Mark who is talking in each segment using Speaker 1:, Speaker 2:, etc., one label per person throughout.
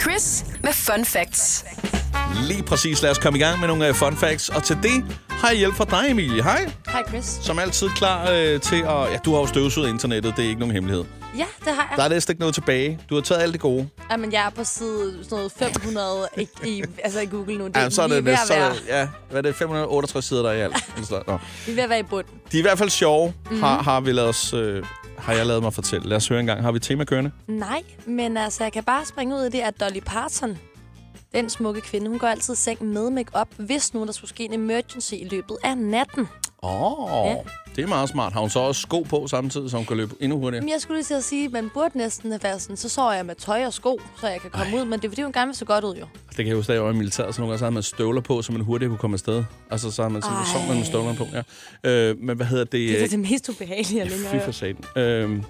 Speaker 1: Chris med Fun Facts.
Speaker 2: Lige præcis. Lad os komme i gang med nogle øh, fun facts. Og til det har jeg hjælp fra dig, Emilie. Hej.
Speaker 3: Hej Chris.
Speaker 2: Som altid klar øh, til at... Ja, du har jo støvsuget internettet. Det er ikke nogen hemmelighed.
Speaker 3: Ja, det har jeg.
Speaker 2: Der er næsten ikke noget tilbage. Du har taget alt det gode.
Speaker 3: Jamen, jeg er på side sådan noget 500 i, i, altså i Google nu. Det er,
Speaker 2: Ja, så er
Speaker 3: lige
Speaker 2: det
Speaker 3: ved
Speaker 2: næsten...
Speaker 3: at
Speaker 2: Så er
Speaker 3: være,
Speaker 2: det, ja, hvad er det? 568 sider, der er i alt. Eller sådan noget. Nå.
Speaker 3: vi er ved at være i bunden.
Speaker 2: De er i hvert fald sjove,
Speaker 3: Mhm.
Speaker 2: mm-hmm. har, har, vi lavet os, øh, har jeg lavet mig fortælle. Lad os høre en gang. Har vi et tema kørende?
Speaker 3: Nej, men altså, jeg kan bare springe ud i det, at Dolly Parton, den smukke kvinde, hun går altid i seng med makeup, hvis nu der skulle ske en emergency i løbet af natten.
Speaker 2: Åh, oh,
Speaker 3: Ja.
Speaker 2: det er meget smart. Har hun så også sko på samtidig, så hun kan løbe endnu hurtigere?
Speaker 3: Men jeg skulle lige til at sige, at man burde næsten have været sådan, så sover jeg med tøj og sko, så jeg kan komme Ej. ud. Men det er fordi, hun gerne vil se godt ud, jo.
Speaker 2: Det kan jeg huske, da jeg var i militæret, så nogle gange så havde man støvler på, så man hurtigt kunne komme afsted. Altså, så har man sådan, så sov man med støvlerne på, ja. Øh, men hvad hedder det?
Speaker 3: Det er da det mest ubehagelige, jeg længere
Speaker 2: Fy for satan. Øh,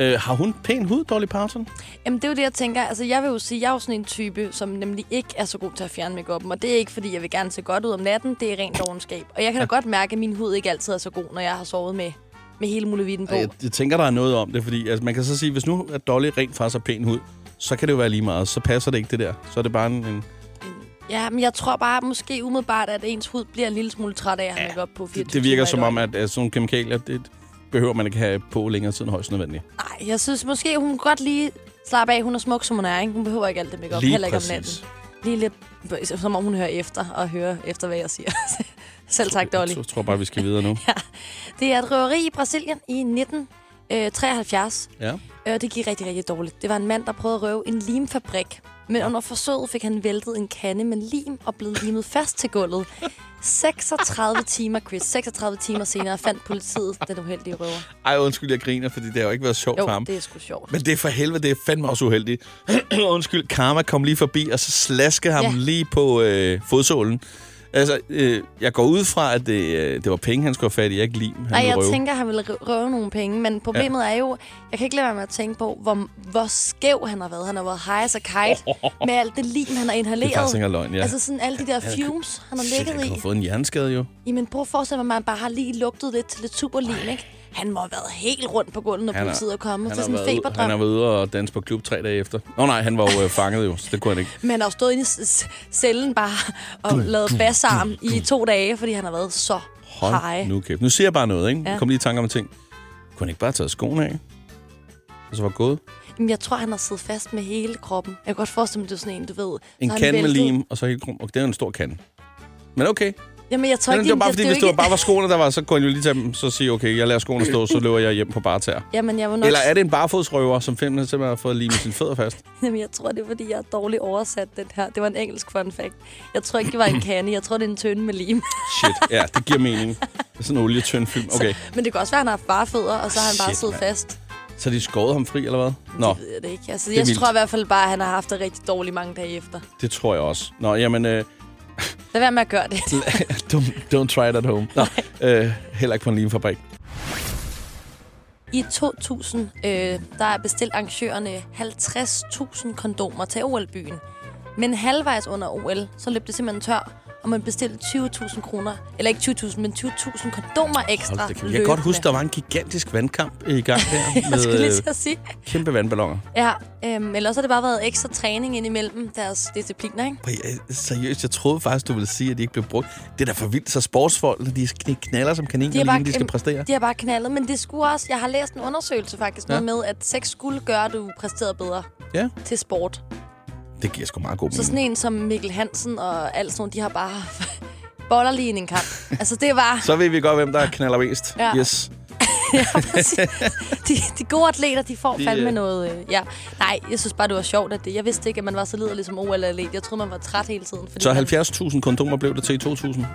Speaker 2: øh, har hun pæn hud, Dolly Parton?
Speaker 3: Jamen, det er jo det, jeg tænker. Altså, jeg vil jo sige, jeg er jo sådan en type, som nemlig ikke er så god til at fjerne makeupen. Og det er ikke, fordi jeg vil gerne se godt ud om natten. Det er rent dogenskab. Og jeg kan da godt mærke, at min hud ikke altid er så god, når jeg har sovet med, med hele muligheden på.
Speaker 2: Jeg, jeg tænker, der er noget om det, fordi altså, man kan så sige, hvis nu at Dolly rent faktisk har pæn hud, så kan det jo være lige meget. Så passer det ikke, det der. Så er det bare en... en
Speaker 3: Ja, men jeg tror bare, måske umiddelbart, at ens hud bliver en lille smule træt af at have makeup på 24
Speaker 2: det, det virker
Speaker 3: timer i
Speaker 2: som om,
Speaker 3: døgnet.
Speaker 2: at, at sådan nogle kemikalier, det behøver man ikke have på længere tid end højst nødvendigt.
Speaker 3: Nej, jeg synes måske, hun kan godt lige slappe af. Hun er smuk, som hun er, ikke? Hun behøver ikke alt det makeup, heller ikke om natten. Lige lidt, som om hun hører efter, og hører efter, hvad jeg siger. Selv tak, Dolly.
Speaker 2: Jeg tror bare, vi skal videre nu.
Speaker 3: Det er et røveri i Brasilien i 1973.
Speaker 2: Ja.
Speaker 3: Øh, det gik rigtig, rigtig dårligt. Det var en mand, der prøvede at røve en limfabrik. Men under forsøget fik han væltet en kande med lim og blev limet fast til gulvet. 36 timer, Chris. 36 timer senere fandt politiet den uheldige røver.
Speaker 2: Ej, undskyld, jeg griner, fordi det har jo ikke været sjovt for
Speaker 3: Jo,
Speaker 2: ham.
Speaker 3: det er sgu sjovt.
Speaker 2: Men det er for helvede, det er fandme også uheldigt. Undskyld, Karma kom lige forbi, og så slaskede ham ja.
Speaker 3: Ja.
Speaker 2: lige på øh, fodsålen. Altså, øh, jeg går ud fra, at det, øh, det var penge, han skulle have fat i, ikke lim. Han
Speaker 3: Nej,
Speaker 2: ville
Speaker 3: jeg
Speaker 2: røve.
Speaker 3: tænker, at han ville rø- røve nogle penge, men problemet ja. er jo, jeg kan ikke lade være med at tænke på, hvor, hvor skæv han har været. Han har været high as a kite med alt det lim, han har inhaleret.
Speaker 2: det er faktisk ikke engang løgn, ja.
Speaker 3: Altså sådan alle de der fumes, han har
Speaker 2: Shit, han
Speaker 3: ligget
Speaker 2: kunne
Speaker 3: i.
Speaker 2: have fået en hjerneskade jo.
Speaker 3: Jamen prøv at forestille mig, at man bare har lige lugtet lidt til lidt superlim, ikke? Han må have været helt rundt på gulvet, når
Speaker 2: Han er-
Speaker 3: politiet er kommet
Speaker 2: han,
Speaker 3: til
Speaker 2: har
Speaker 3: sådan en
Speaker 2: været, ude- han har
Speaker 3: feberdrøm.
Speaker 2: været ude og danse på klub tre dage efter. Nå nej, han var jo øh, fanget jo, så det kunne han ikke.
Speaker 3: Men han har jo stået inde i s- s- cellen bare og lavet bassarm i to dage, fordi han har været så
Speaker 2: Hold
Speaker 3: high.
Speaker 2: nu kæft. Nu siger jeg bare noget, ikke?
Speaker 3: Ja.
Speaker 2: Ja. Kom lige i tanke om en ting. Kunne han ikke bare have taget skoene af? Og så var gået.
Speaker 3: Jamen, jeg tror, han har siddet fast med hele kroppen. Jeg kan godt forestille mig, at det er sådan en, du ved.
Speaker 2: En
Speaker 3: så har han
Speaker 2: kande med
Speaker 3: væltet-
Speaker 2: lim, og så helt krum. Og det er jo en stor kande. Men okay.
Speaker 3: Jamen, jeg tror
Speaker 2: Men
Speaker 3: ikke,
Speaker 2: det var bare, fordi
Speaker 3: er
Speaker 2: hvis
Speaker 3: jo
Speaker 2: det var
Speaker 3: ikke-
Speaker 2: bare var skoene, der var, så kunne jeg jo lige tage dem, så sige, okay, jeg lader skoene stå, så løber jeg hjem på bare tær.
Speaker 3: Jamen, jeg var nok...
Speaker 2: Eller er det en barfodsrøver, som filmen simpelthen har fået limet sine fødder fast?
Speaker 3: Jamen, jeg tror, det er, fordi jeg er dårligt oversat den her. Det var en engelsk fun fact. Jeg tror ikke, det var en kande. Jeg tror, det er en tønde med lim.
Speaker 2: Shit, ja, det giver mening. Det er sådan en olietønd film. Okay,
Speaker 3: Men det kan også være, at han har haft bare fødder, og så har han bare
Speaker 2: Shit,
Speaker 3: siddet
Speaker 2: mand.
Speaker 3: fast.
Speaker 2: så de skåret ham fri, eller hvad? Nå,
Speaker 3: Det ved jeg det ikke. Altså,
Speaker 2: er
Speaker 3: jeg
Speaker 2: vildt.
Speaker 3: tror i hvert fald bare, at han har haft det rigtig dårligt mange dage efter.
Speaker 2: det tror jeg også. Nå, jamen, øh,
Speaker 3: Lad være med at gøre det.
Speaker 2: don't, don't try it at home. Nå, øh, heller ikke på en limfabrik.
Speaker 3: I 2000, øh, der bestilte arrangørerne 50.000 kondomer til OL-byen. Men halvvejs under OL, så løb det simpelthen tør, og man bestilte 20.000 kroner. Eller ikke 20.000, men 20.000 kondomer ekstra.
Speaker 2: Hold, det kan vi. Jeg kan
Speaker 3: løbende.
Speaker 2: godt huske, der var en gigantisk vandkamp i gang der
Speaker 3: Jeg
Speaker 2: med
Speaker 3: skulle lige
Speaker 2: øh,
Speaker 3: til at sige.
Speaker 2: kæmpe vandballoner.
Speaker 3: Ja, øhm, eller også har det bare været ekstra træning indimellem deres discipliner, ikke?
Speaker 2: Prøv, jeg- Seriøst, jeg troede faktisk, du ville sige, at de ikke blev brugt. Det er da for vildt, så sportsfolk, de sk- de knaller som kaniner, lige inden de skal
Speaker 3: øhm,
Speaker 2: præstere.
Speaker 3: De har bare knaldet, men det skulle også... Jeg har læst en undersøgelse faktisk,
Speaker 2: Ja.
Speaker 3: ja. noget med, at sex skulle gøre, at du præsterede bedre
Speaker 2: Ja,
Speaker 3: til sport.
Speaker 2: det giver sgu meget god
Speaker 3: Så sådan
Speaker 2: mening.
Speaker 3: en som Mikkel Hansen og alt sådan nogle, de har bare boller lige ind i en kamp. Altså, det var...
Speaker 2: Så ved vi godt, hvem der knaller mest.
Speaker 3: Ja.
Speaker 2: Yes.
Speaker 3: de, de gode atleter, de får
Speaker 2: De,
Speaker 3: de,
Speaker 2: øh,
Speaker 3: fandme noget... Øh, ja. Nej, jeg synes bare, det var sjovt, at det... Jeg vidste ikke, at man var så liderlig som OL-atlet. Jeg troede, man var træt hele tiden. Fordi
Speaker 2: Så
Speaker 3: man-
Speaker 2: 70.000 kondomer blev det til i 2000.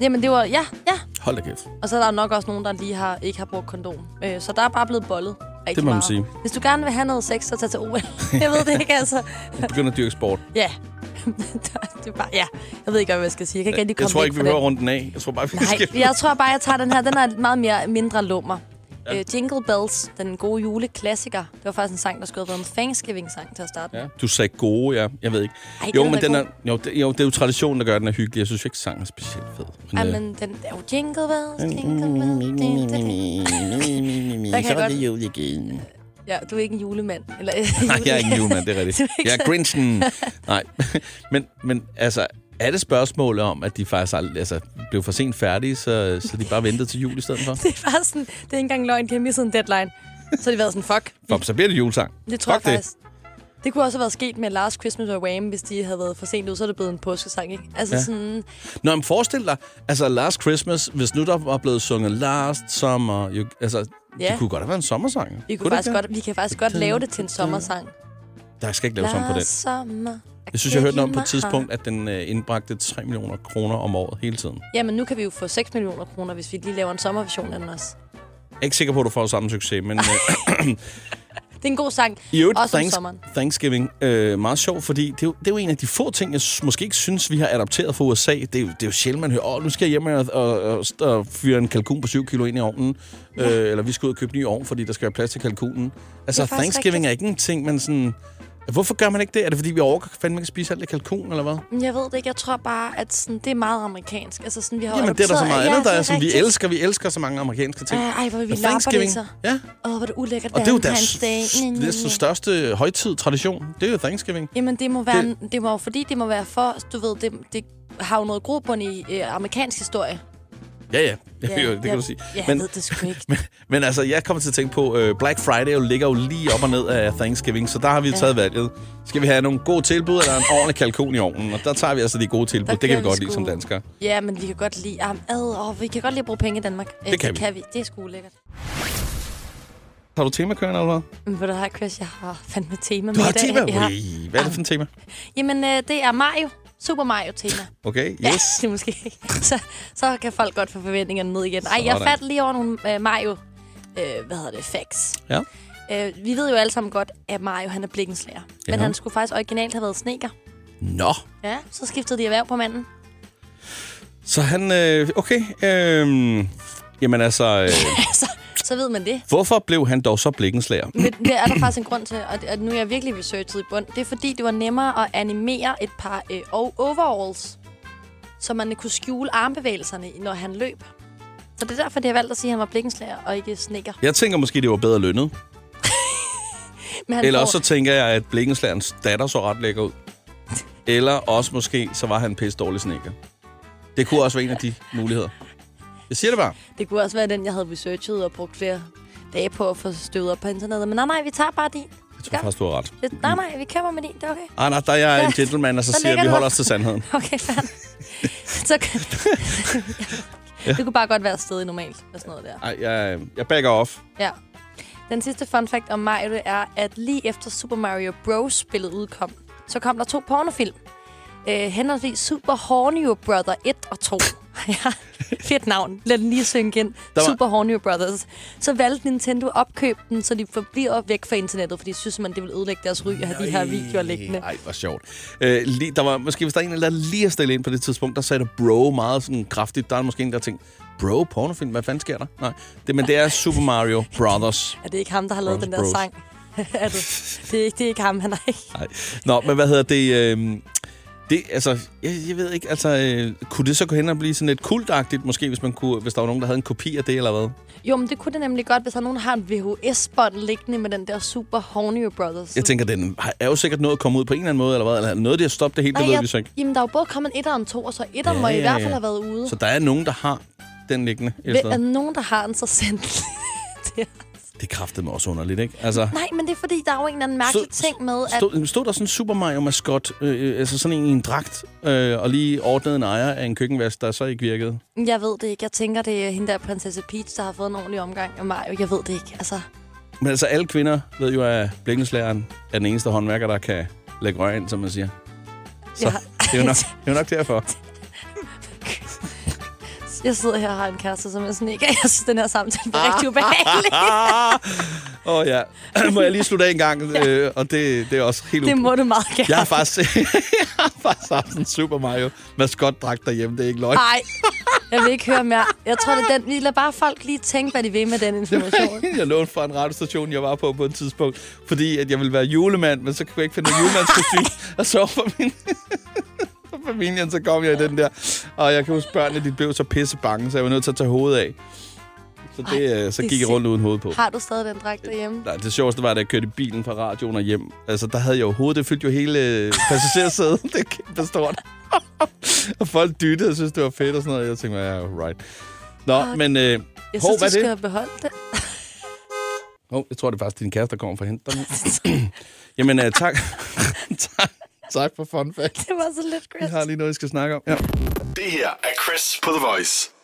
Speaker 3: Jamen, det var... Ja, ja.
Speaker 2: Hold da kæft.
Speaker 3: Og så er der jo nok også nogen, der lige har, ikke har brugt kondom. Øh, så der er bare blevet bollet. rigtig
Speaker 2: Det må man
Speaker 3: meget.
Speaker 2: sige.
Speaker 3: Hvis du gerne vil have noget sex, så tag til OL. jeg ved det ikke, altså.
Speaker 2: Vi begynder at dyrke sport.
Speaker 3: Ja. det er bare, ja. Jeg ved ikke, hvad jeg skal sige. Jeg kan ikke rigtig komme
Speaker 2: Jeg tror
Speaker 3: væk
Speaker 2: ikke, vi
Speaker 3: fra den.
Speaker 2: hører runden af. Jeg tror bare, vi skal...
Speaker 3: Nej, jeg tror bare, jeg tager den her. Den er meget mere mindre lummer. Ja. Øh, Jingle Bells, den gode juleklassiker. Det var faktisk en sang, der skulle have været en Thanksgiving-sang til at starte. Ja.
Speaker 2: Ja. Du sagde gode, ja. Jeg ved ikke.
Speaker 3: Ej,
Speaker 2: jo,
Speaker 3: den er
Speaker 2: men
Speaker 3: da
Speaker 2: den er,
Speaker 3: god.
Speaker 2: jo, det, jo, det er jo traditionen, der gør, at den er hyggelig. Jeg synes ikke, sangen er specielt fed. Men,
Speaker 3: Ej,
Speaker 2: øh,
Speaker 3: men den er jo
Speaker 2: Mm,
Speaker 3: Jingle Bells, Jingle Bells. din, din, din. Der kan jeg godt,
Speaker 4: jul igen.
Speaker 3: Ja, du er ikke en julemand. Eller,
Speaker 2: Nej, jeg er ikke en julemand, det er rigtigt. Jeg er Grinchen. Nej, men, men altså, er det spørgsmålet om, at de faktisk aldrig, altså, blev for sent færdige, så, så de bare ventede til jul i stedet for?
Speaker 3: Det er bare sådan, det er ikke engang løgn, de har misset en deadline. Så har de været sådan, fuck.
Speaker 2: Bom, så bliver det julesang.
Speaker 3: Det tror
Speaker 2: Fuck
Speaker 3: jeg faktisk. Det. det kunne også have været sket med Last Christmas og Wham, hvis de havde været for sent ud, så er det blevet en påskesang, ikke? Altså
Speaker 2: Ja.
Speaker 3: ja. sådan,
Speaker 2: Nå, men forestil dig, altså Last Christmas, hvis nu der var blevet sunget Last Summer, jo, altså, ja.
Speaker 3: Ja.
Speaker 2: det kunne godt have været en sommersang.
Speaker 3: vi,
Speaker 2: det
Speaker 3: kunne faktisk
Speaker 2: ikke
Speaker 3: godt, vi kan faktisk godt lave det til en sommersang.
Speaker 2: det? Der skal ikke laves om på den.
Speaker 3: Last summer, I
Speaker 2: Jeg synes, jeg hørte
Speaker 3: gave
Speaker 2: noget om på
Speaker 3: my
Speaker 2: et tidspunkt, at den øh, indbragte 3 millioner kroner om året hele tiden.
Speaker 3: heart. Jamen, nu kan vi jo få 6 millioner kroner, hvis vi lige laver en sommerversion af den også.
Speaker 2: Jeg er ikke sikker på, at du får samme succes, men... Øh,
Speaker 3: Det er en god sang.
Speaker 2: I øvrigt,
Speaker 3: Også om
Speaker 2: thanks,
Speaker 3: sommeren.
Speaker 2: Thanksgiving, øh, meget sjovt, fordi det er, jo, det er jo en af de få ting, jeg s- måske ikke synes, vi har adopteret fra USA. Det er jo, det er jo sjældent, man hører, åh, nu skal jeg hjem og, og, og, og fyre en kalkun på 7 kilo ind i ovnen. Ja. Øh, eller vi skal ud og købe en ny ovn, fordi der skal være plads til kalkunen. Altså,
Speaker 3: Det er faktisk
Speaker 2: Thanksgiving
Speaker 3: rigtigt.
Speaker 2: er ikke en ting, man sådan... Hvorfor gør man ikke det? Er det, fordi vi overgår fandme ikke spise alt det kalkun, eller hvad?
Speaker 3: Men Jeg ved det ikke. Jeg tror bare, at sådan, det er meget amerikansk. Altså, sådan, vi har
Speaker 2: Jamen, det er der så
Speaker 3: adopteret-
Speaker 2: meget
Speaker 3: ja,
Speaker 2: andet, der
Speaker 3: det
Speaker 2: er, som vi
Speaker 3: rigtigt.
Speaker 2: elsker. Vi elsker så mange amerikanske ting.
Speaker 3: Ej, ej, hvor vi
Speaker 2: Men
Speaker 3: lapper det så.
Speaker 2: Ja,
Speaker 3: Åh, hvor er det ulækkert.
Speaker 2: og det er jo
Speaker 3: Valentine's
Speaker 2: deres
Speaker 3: Day. Næ, næ,
Speaker 2: næsten
Speaker 3: næ.
Speaker 2: største højtid, tradition. Det er jo Thanksgiving.
Speaker 3: Jamen, det må være, det, det må, jo- fordi det må være for, du ved, det, det har jo noget grobund i øh, amerikansk historie.
Speaker 2: Ja, ja. Det,
Speaker 3: Ja,
Speaker 2: ja, jo, det kan
Speaker 3: ja,
Speaker 2: du sige.
Speaker 3: Ja,
Speaker 2: Men-
Speaker 3: jeg ved det sgu ikke.
Speaker 2: Men, men altså, jeg kommer til at tænke på, øh, Black Friday jo ligger jo lige op og ned af Thanksgiving, så der har vi jo taget valget. Skal vi have nogle gode tilbud, eller en ordentlig kalkun i ovnen? Og der tager vi altså de gode tilbud.
Speaker 3: Der
Speaker 2: det kan vi
Speaker 3: bliver vi
Speaker 2: godt lide som
Speaker 3: sgu-
Speaker 2: danskere.
Speaker 3: Ja, men vi kan godt lide... Ah, ad, og vi kan godt lide at bruge penge i Danmark. Øh,
Speaker 2: kan vi.
Speaker 3: det kan vi. Det er sgu ulækkert.
Speaker 2: Har du tema kørende, eller hvad?
Speaker 3: Men ved du her, Chris, jeg har fandme tema
Speaker 2: Du
Speaker 3: med
Speaker 2: har
Speaker 3: i dag.
Speaker 2: tema?
Speaker 3: Ja.
Speaker 2: Ui, hvad er det for et tema?
Speaker 3: Jamen, øh, det er Mario. Super Mario-tema.
Speaker 2: Okay, yes.
Speaker 3: Ja, det er måske ikke. Så, så kan folk godt få forventningerne ned igen. Ej, jeg
Speaker 2: Sådan.
Speaker 3: faldt lige over nogle øh, Mario... Øh, hvad hedder det? Facts.
Speaker 2: Ja.
Speaker 3: Øh, vi ved jo alle sammen godt, at Mario han er blikkenslager.
Speaker 2: Ja.
Speaker 3: Ja. Men han skulle faktisk originalt have været sneker.
Speaker 2: Nå.
Speaker 3: Ja, så skiftede de erhverv på manden.
Speaker 2: Så han, øh, okay. Øh, jamen altså, øh,
Speaker 3: så, så ved man det.
Speaker 2: hvorfor blev han dog så blikkenslager?
Speaker 3: Men det er der faktisk en grund til, og, og nu er jeg virkelig researchet i bund. Det er fordi, det var nemmere at animere et par øh, o- overalls, så man kunne skjule armbevægelserne, når han løb. Så det er derfor, det har valgt at sige, at han var blikkenslager og ikke snekker.
Speaker 2: Jeg tænker måske, det var bedre lønnet.
Speaker 3: Men han
Speaker 2: Eller
Speaker 3: får-
Speaker 2: også så tænker jeg, at Blikkenslands datter så ret lækker ud. Eller også måske, så var han en pisse dårlig sneker. Det kunne også være en af de muligheder. Jeg siger det bare.
Speaker 3: Det kunne også være den, jeg havde researchet og brugt flere dage på at få støvet op på internettet. Men nej, nej, vi tager bare din.
Speaker 2: Jeg tror
Speaker 3: Ja.
Speaker 2: faktisk, du har ret.
Speaker 3: Det- Nej, nej, vi køber med din. Det er okay.
Speaker 2: Ah, nej, der er jeg en gentleman, og så
Speaker 3: Der
Speaker 2: siger jeg, at
Speaker 3: ligger
Speaker 2: vi
Speaker 3: den
Speaker 2: holder
Speaker 3: op.
Speaker 2: os til sandheden.
Speaker 3: Okay, fair. så, det kunne bare godt være stedet normalt, og sådan noget der.
Speaker 2: Ej, jeg, jeg backer off.
Speaker 3: Ja. Den sidste fun fact om Mario det er, at lige efter Super Mario Bros-spillet udkom, så kom der to pornofilm. Øh, henholdsvis Super Hornio Brother 1 og 2. ja, fedt navn. Lad den lige synge ind.
Speaker 2: var-
Speaker 3: Var... Super Hornio Brothers. Så valgte Nintendo at opkøbe den, så de forbliver væk fra internettet, fordi de synes, man det vil ødelægge deres ry at have de her videoer liggende.
Speaker 2: Ej, hvor sjovt. Øh, lige, der var, måske hvis der er en, der lige har stillet ind på det tidspunkt, der sagde der bro meget sådan kraftigt. Der er måske en, der tænkte, bro, pornofilm, hvad fanden sker der? Nej, det, men det er Super Mario Brothers.
Speaker 3: Er det ikke ham, der har lavet
Speaker 2: Bros
Speaker 3: den der
Speaker 2: Bros.
Speaker 3: sang? er det? Det, er ikke, det er ikke ham, han er ikke.
Speaker 2: Nej. Nå, men hvad hedder det? Øh, det altså, jeg, jeg ved ikke, altså, øh, kunne det så gå hen og blive sådan lidt kultagtigt, måske, hvis, man kunne, hvis der var nogen, der havde en kopi af det, eller hvad?
Speaker 3: Jo, men det kunne det nemlig godt, hvis der er nogen, der har en VHS-bånd liggende med den der Super Hornio Brothers.
Speaker 2: Jeg tænker, den har- er jo sikkert noget at komme ud på en eller anden måde, eller hvad? Eller noget, der har stoppet det helt, det ved
Speaker 3: jeg,
Speaker 2: vi så ikke.
Speaker 3: Jamen, der er jo både kommet en etter og en to, og så etteren
Speaker 2: Ja,
Speaker 3: ja, må
Speaker 2: ja,
Speaker 3: i hvert
Speaker 2: ja.
Speaker 3: fald have været ude.
Speaker 2: Så
Speaker 3: Så
Speaker 2: der er nogen, der har den liggende. et
Speaker 3: Ved, er
Speaker 2: sted.
Speaker 3: der nogen, der har en, så sendt den til-
Speaker 2: Det kræftede mig også underligt, ikke? Altså,
Speaker 3: Nej, men det er fordi, der er jo en eller anden mærkelig
Speaker 2: Stod-
Speaker 3: ting med, at...
Speaker 2: stod, stod der sådan en Super Mario-maskot, øh, øh, altså sådan en i en dragt, øh, og lige ordnede en ejer af en køkkenvask, der så ikke virkede?
Speaker 3: Jeg ved det ikke. Jeg tænker, det er hende der prinsesse Peach, der har fået en ordentlig omgang af Mario. Jeg ved det ikke. Altså,
Speaker 2: Men altså, alle kvinder ved jo, at blikkenslæreren er den eneste håndværker, der kan lægge rør ind, som man siger. Så
Speaker 3: Ja.
Speaker 2: det, er jo nok, det er jo nok derfor.
Speaker 3: jeg sidder her og har en kæreste, som er sådan ikke... Jeg synes, den her samtale er
Speaker 2: Ah,
Speaker 3: rigtig ubehagelig.
Speaker 2: Åh oh, ja. Må jeg lige slutte af en gang? Øh, og det, det er også helt...
Speaker 3: Det
Speaker 2: u-
Speaker 3: må du meget gerne.
Speaker 2: jeg har faktisk, jeg har faktisk haft sådan en Super Mario maskotdragt derhjemme. Det er ikke løgn.
Speaker 3: Nej, jeg vil ikke høre mere. Jeg tror, det er den. Vi lader bare folk lige tænke, hvad de vil med den information.
Speaker 2: jeg lånte fra en radiostation, jeg var på på et tidspunkt, fordi at jeg ville være julemand, men så kunne jeg ikke finde en julemandskostyme, og så for min for familien, så kom jeg i den der. Og jeg kan huske, børnene de blev så pisse bange, så jeg var nødt til at tage hovedet af. Så, det, øh, så
Speaker 3: det er
Speaker 2: gik jeg rundt uden hoved på.
Speaker 3: Har du stadig den dragt derhjemme?
Speaker 2: Nej, det sjoveste var, da jeg kørte i bilen fra radioen og hjem. Altså, der havde jeg jo hovedet, det fyldte jo hele øh, passagersædet. det er kæmpe stort. og folk dyttede og syntes, det var fedt og sådan noget. Jeg tænkte, ja, right. Nå,
Speaker 3: Ej.
Speaker 2: men... Øh,
Speaker 3: Jeg
Speaker 2: hov, hvad
Speaker 3: synes, du
Speaker 2: er det?
Speaker 3: skal have beholdt det.
Speaker 2: Nå, jeg tror, det er faktisk din kæreste, der kommer for at hente dig nu. Jamen, øh, tak. tak. Tak for fun fact.
Speaker 3: Det var så lidt, Chris.
Speaker 2: Vi har lige noget, jeg skal snakke om. Ja.
Speaker 4: Det her er Chris på The Voice.